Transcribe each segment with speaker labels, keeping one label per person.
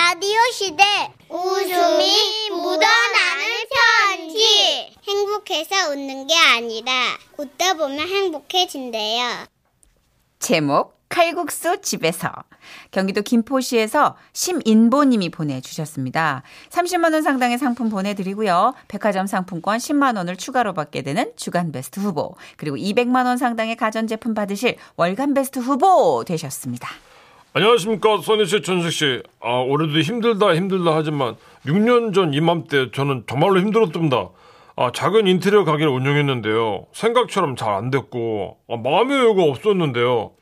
Speaker 1: 소녀시대 웃음이 묻어나는 편지 행복해서 웃는 게 아니라 웃다 보면 행복해진대요.
Speaker 2: 제목 칼국수 집에서 경기도 김포시에서 심인보님이 보내주셨습니다. 30만 원 상당의 상품 보내드리고요. 백화점 상품권 10만 원을 추가로 받게 되는 주간 베스트 후보 그리고 200만 원 상당의 가전제품 받으실 월간 베스트 후보 되셨습니다.
Speaker 3: 안녕하십니까 선희 씨, 전식 씨. 아 올해도 힘들다 힘들다 하지만 6년 전 이맘때 저는 정말로 힘들었답니다. 아 작은 인테리어 가게를 운영했는데요. 생각처럼 잘 안 됐고 아, 마음의 여유가 없었는데요.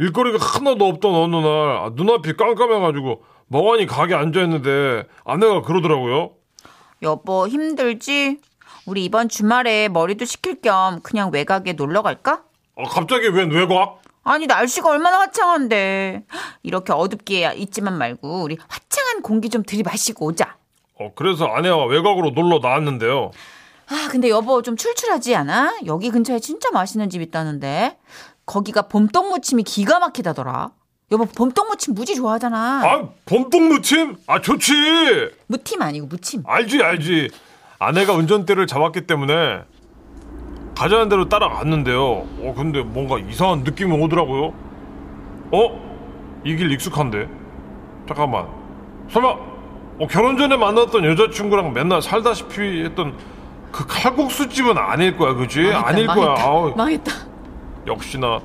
Speaker 3: 일거리가 하나도 없던 어느 날 아, 눈앞이 깜깜해가지고 멍하니 가게 앉아 있는데 아내가 그러더라고요.
Speaker 2: 여보 힘들지? 우리 이번 주말에 머리도 식힐 겸 그냥 외곽에 놀러 갈까?
Speaker 3: 아 갑자기 웬 외곽?
Speaker 2: 아니 날씨가 얼마나 화창한데 이렇게 어둡게 있지만 말고 우리 화창한 공기 좀 들이마시고 오자.
Speaker 3: 어 그래서 아내와 외곽으로 놀러 나왔는데요.
Speaker 2: 아, 근데 여보 좀 출출하지 않아? 여기 근처에 진짜 맛있는 집 있다는데. 거기가 봄떡무침이 기가 막히다더라. 여보 봄떡무침 무지 좋아하잖아.
Speaker 3: 아 봄동 무침? 아 좋지.
Speaker 2: 무침 아니고 무침.
Speaker 3: 알지 알지 아내가 운전대를 잡았기 때문에 가자는 대로 따라갔는데요 어 근데 뭔가 이상한 느낌이 오더라고요 어? 이 길 익숙한데 잠깐만 설마 어, 결혼 전에 만났던 여자친구랑 맨날 살다시피 했던 그 칼국수집은 아닐 거야 그지? 아닐 거야
Speaker 2: 망했다.
Speaker 3: 아우,
Speaker 2: 망했다.
Speaker 3: 역시나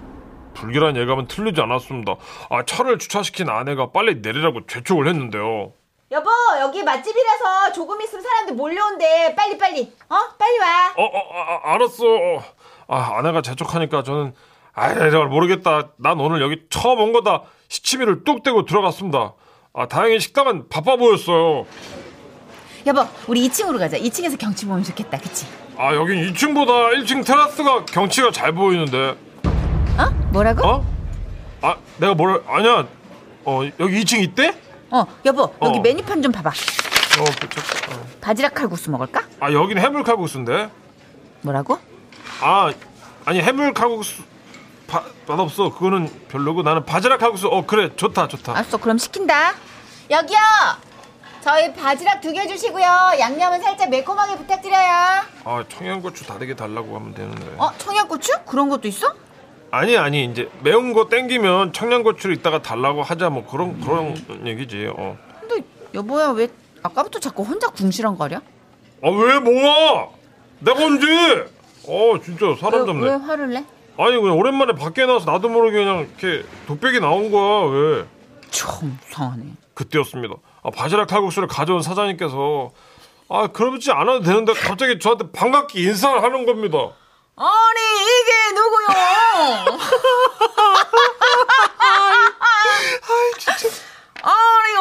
Speaker 3: 불길한 예감은 틀리지 않았습니다 아 차를 주차시킨 아내가 빨리 내리라고 재촉을 했는데요
Speaker 4: 여보 여기 맛집이라서 조금 있으면 사람들 몰려온대 빨리 빨리 어 빨리 와
Speaker 3: 어, 어, 아, 알았어. 어. 아, 아내가 재촉하니까 저는 아, 잘 모르겠다. 난 오늘 여기 처음 온 거다. 시치미를 뚝 떼고 들어갔습니다. 아, 다행히 식당은 바빠 보였어요.
Speaker 2: 여보 우리 2층으로 가자. 2층에서 경치 보면 좋겠다. 그치?
Speaker 3: 아, 여긴 2층보다 1층 테라스가 경치가 잘 보이는데.
Speaker 2: 어? 뭐라고?
Speaker 3: 어? 아, 내가 뭘 아니야. 어, 여기 2층 있대?
Speaker 2: 어, 여보 여기
Speaker 3: 어.
Speaker 2: 메뉴판 좀 봐봐.
Speaker 3: 어, 그, 저, 어.
Speaker 2: 바지락 칼국수 먹을까?
Speaker 3: 아, 여긴 해물칼국수인데.
Speaker 2: 뭐라고?
Speaker 3: 아, 아니 해물칼국수 바, 맛없어. 그거는 별로고 나는 바지락 칼국수. 어, 그래. 좋다. 좋다.
Speaker 2: 알았어 그럼 시킨다.
Speaker 4: 여기요 저희 바지락 두 개 주시고요 양념은 살짝 매콤하게 부탁드려요
Speaker 3: 아 청양고추 다르게 달라고 하면 되는데
Speaker 2: 어 청양고추? 그런 것도 있어?
Speaker 3: 아니 아니 이제 매운 거 땡기면 청양고추를 이따가 달라고 하자 뭐 그런 그런 얘기지 어.
Speaker 2: 근데 여보야 왜 아까부터 자꾸 혼자 궁시렁 거려?
Speaker 3: 어아왜 뭐야 내가 언제 어 진짜 사람 잡네
Speaker 2: 왜, 왜 화를 내?
Speaker 3: 아니 그냥 오랜만에 밖에 나와서 나도 모르게 그냥 이렇게 독백이 나온 거야 왜
Speaker 2: 참 이상하네.
Speaker 3: 그때였습니다 아, 바지락 칼국수를 가져온 사장님께서 아 그러지 않아도 되는데 갑자기 저한테 반갑게 인사를 하는 겁니다
Speaker 2: 아니 이게 누구요? 아니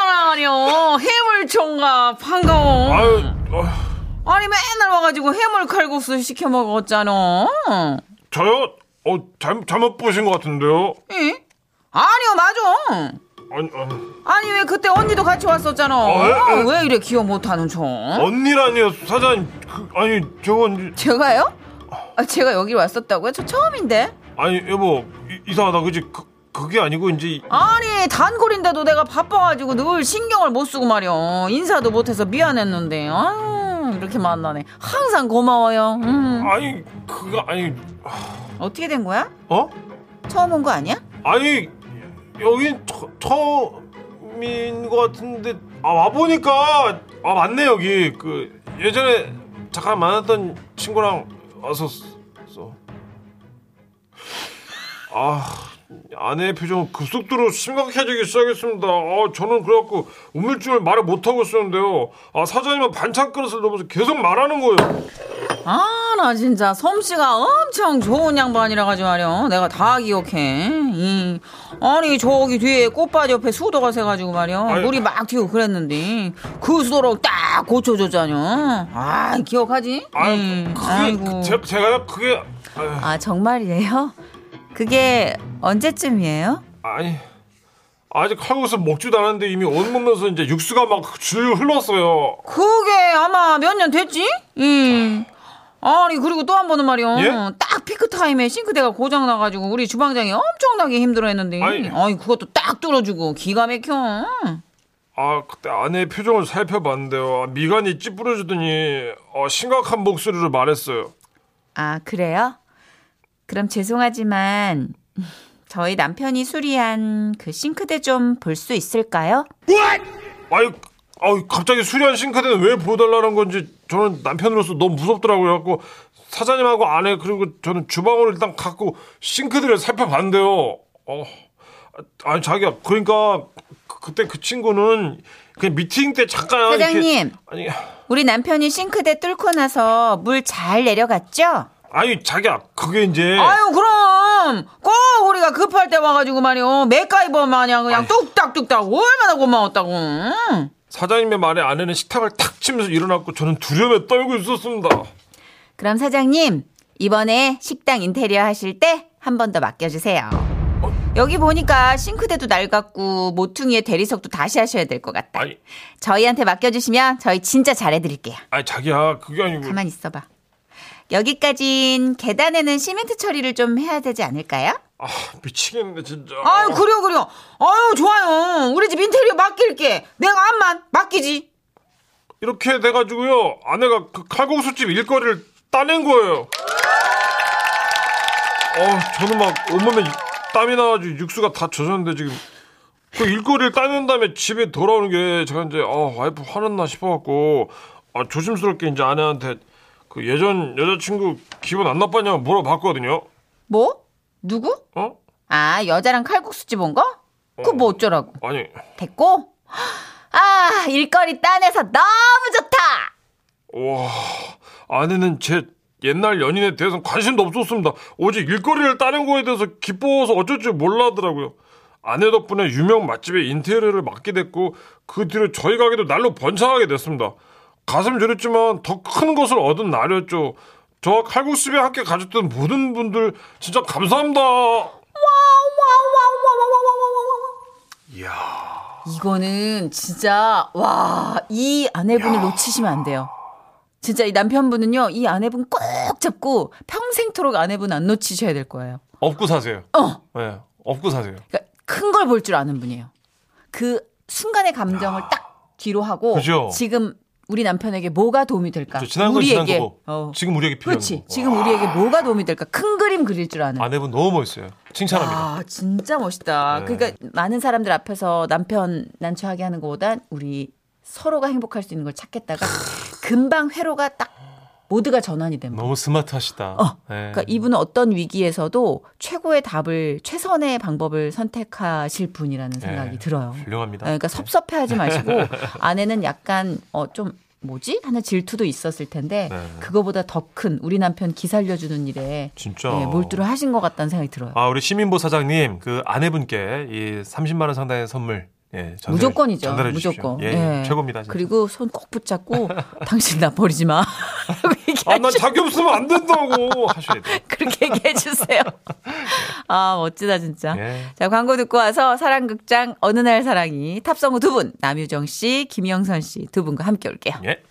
Speaker 2: 오랜만에 아니요 해물총각 반가워
Speaker 3: 아유 어, 아휴.
Speaker 2: 아니 맨날 와가지고 해물 칼국수 시켜 먹었잖아
Speaker 3: 저요 어 잘못, 잘못 보신 것 같은데요
Speaker 2: 응? 아니요 맞아
Speaker 3: 아니 아니
Speaker 2: 아니 왜 그때 언니도 같이 왔었잖아
Speaker 3: 어, 에, 어? 에.
Speaker 2: 왜 이래 기억 못하는 척
Speaker 3: 언니라니요 사장님 그, 아니 저건
Speaker 2: 제가요? 아, 제가 여기 왔었다고요? 저 처음인데
Speaker 3: 아니 여보 이, 상하다 그지 그, 그게 아니고 이제
Speaker 2: 아니 단골인데도 내가 바빠가지고 늘 신경을 못 쓰고 말이야 인사도 못해서 미안했는데 아유 이렇게 만나네 항상 고마워요 음.
Speaker 3: 아니 그거 아니
Speaker 2: 어떻게 된 거야?
Speaker 3: 어
Speaker 2: 처음 온 거 아니야?
Speaker 3: 아니 여긴 처, 처음인 것 같은데 아와 보니까 아 맞네 여기 그 예전에 잠깐 만났던 친구랑 왔었어 아 아내의 표정은 급속도로 심각해지기 시작했습니다. 아, 저는 그래갖고 우물쭈물 말을 못하고 있었는데요. 아, 사장님은 반찬 그릇을 넘어서 계속 말하는 거예요.
Speaker 2: 아 나 진짜 솜씨가 엄청 좋은 양반이라 가지고 말이야 내가 다 기억해 이. 아니 저기 뒤에 꽃밭 옆에 수도가 새가지고 말이야
Speaker 3: 아유.
Speaker 2: 물이 막 튀고 그랬는데 그 수도를 딱 고쳐줬잖여 아 기억하지?
Speaker 3: 아유,
Speaker 2: 음,
Speaker 3: 그게
Speaker 2: 아이고.
Speaker 3: 그 제, 가 그게 아유,
Speaker 2: 아 정말이에요? 그게 언제쯤이에요?
Speaker 3: 아니 아직 칼국수 먹지도 않았는데 이미 온몸에서 이제 육수가 막 줄줄 흘렀어요.
Speaker 2: 그게 아마 몇 년 됐지? 음. 아니 그리고 또 한 번은 말이요.
Speaker 3: 예?
Speaker 2: 딱 피크 타임에 싱크대가 고장 나가지고 우리 주방장이 엄청나게 힘들어했는데,
Speaker 3: 아이.
Speaker 2: 아니 그것도 딱 뚫어주고 기가 막혀.
Speaker 3: 아 그때 아내의 표정을 살펴봤는데요. 아, 미간이 찌푸려지더니 아, 심각한 목소리로 말했어요.
Speaker 2: 아, 그래요? 그럼 죄송하지만 저희 남편이 수리한 그 싱크대 좀 볼 수 있을까요?
Speaker 3: 아유, 아유 갑자기 수리한 싱크대는 왜 보여달라는 건지 저는 남편으로서 너무 무섭더라고요. 갖고 사장님하고 아내 그리고 저는 주방으로 일단 갖고 싱크대를 살펴봤는데요. 어, 아, 아니 자기야 그러니까 그- 그때 그 친구는 그냥 미팅 때 잠깐
Speaker 2: 사장님.
Speaker 3: 이렇게, 아니
Speaker 2: 우리 남편이 싱크대 뚫고 나서 물 잘 내려갔죠?
Speaker 3: 아니 자기야 그게 이제
Speaker 2: 아유 그럼 꼭 우리가 급할 때 와가지고 말이요 맥가이버 마냥 그냥 뚝딱뚝딱 얼마나 고마웠다고
Speaker 3: 사장님의 말에 아내는 식탁을 탁 치면서 일어났고 저는 두려움에 떨고 있었습니다.
Speaker 2: 그럼 사장님 이번에 식당 인테리어 하실 때 한 번 더 맡겨주세요 여기 보니까 싱크대도 낡았고 모퉁이에 대리석도 다시 하셔야 될 것 같다
Speaker 3: 아니,
Speaker 2: 저희한테 맡겨주시면 저희 진짜 잘해드릴게요
Speaker 3: 아니 자기야 그게 아니고
Speaker 2: 가만 있어봐 여기까진 계단에는 시멘트 처리를 좀 해야 되지 않을까요?
Speaker 3: 아 미치겠네 진짜.
Speaker 2: 아유 그래요 그래요 아유 좋아요 우리 집 인테리어 맡길게 내가 암만 맡기지
Speaker 3: 이렇게 돼가지고요 아내가 그 칼국수집 일거리를 따낸 거예요. 어 저는 막 온몸에 땀이 나가지고 육수가 다 젖었는데 지금 그 일거리를 따낸 다음에 집에 돌아오는 게 제가 이제 아 와이프 화났나 싶어갖고 아, 조심스럽게 이제 아내한테 그 예전 여자친구 기분 안 나빴냐고 물어봤거든요.
Speaker 2: 뭐? 누구?
Speaker 3: 어?
Speaker 2: 아 여자랑 칼국수집 온 거? 그거 뭐 어쩌라고
Speaker 3: 아니
Speaker 2: 됐고 아 일거리 따내서 너무 좋다
Speaker 3: 와 아내는 제 옛날 연인에 대해서는 관심도 없었습니다. 오직 일거리를 따는 거에 대해서 기뻐서 어쩔 줄 몰라더라고요. 아내 덕분에 유명 맛집의 인테리어를 맡게 됐고 그 뒤로 저희 가게도 날로 번창하게 됐습니다. 가슴 저렸지만 더 큰 것을 얻은 날이었죠. 저와 칼국수에 함께 가졌던 모든 분들 진짜 감사합니다.
Speaker 2: 이거는 진짜 와 이 아내분을 놓치시면 안 돼요. 진짜 이 남편분은요 이 아내분 꼭 잡고 평생토록 아내분 안 놓치셔야 될 거예요.
Speaker 3: 업고 사세요.
Speaker 2: 어,
Speaker 3: 네, 업고 사세요.
Speaker 2: 그러니까 큰 걸 볼 줄 아는 분이에요. 그 순간의 감정을 딱 뒤로 하고
Speaker 3: 그죠?
Speaker 2: 지금 우리 남편에게 뭐가 도움이 될까?
Speaker 3: 저 지난 건 지난
Speaker 2: 아, 우리에게
Speaker 3: 거고
Speaker 2: 어.
Speaker 3: 지금 우리에게 필요한
Speaker 2: 그렇지.
Speaker 3: 거고. 아.
Speaker 2: 지금 우리에게 뭐가 도움이 될까? 큰 그림 그릴 줄 아는.
Speaker 3: 아내분 너무 멋있어요. 칭찬합니다.
Speaker 2: 아, 진짜 멋있다.
Speaker 3: 네.
Speaker 2: 그러니까 많은 사람들 앞에서 남편 난처하게 하는 것보다 우리 서로가 행복할 수 있는 걸 찾겠다가 금방 회로가 딱 모두가 전환이 됩니다.
Speaker 3: 너무 스마트하시다. 네.
Speaker 2: 그러니까 이분은 어떤 위기에서도 최고의 답을 최선의 방법을 선택하실 분이라는 생각이
Speaker 3: 네.
Speaker 2: 들어요.
Speaker 3: 훌륭합니다.
Speaker 2: 네, 그러니까 섭섭해하지 마시고 아내는 약간 어 좀 뭐지 하는 질투도 있었을 텐데
Speaker 3: 네.
Speaker 2: 그거보다 더 큰 우리 남편 기살려주는 일에
Speaker 3: 진짜.
Speaker 2: 예, 몰두를 하신 것 같다는 생각이 들어요.
Speaker 3: 아 우리 시민보 사장님 그 아내분께 이 30만 원 상당의 선물 예, 전달,
Speaker 2: 무조건이죠.
Speaker 3: 전달해 주십시오.
Speaker 2: 무조건.
Speaker 3: 예,
Speaker 2: 예.
Speaker 3: 최고입니다. 진짜.
Speaker 2: 그리고 손 꼭 붙잡고 당신 나 버리지 마. 라고 얘기하-
Speaker 3: 아난 자기 없으면 안 된다고 하셔야 돼요.
Speaker 2: 그렇게 얘기해 주세요. 아 멋지다 진짜.
Speaker 3: 예.
Speaker 2: 자 광고 듣고 와서 사랑극장 어느 날 사랑이 탑성우 두 분 남유정 씨, 김영선 씨 두 분과 함께 올게요.
Speaker 3: 예.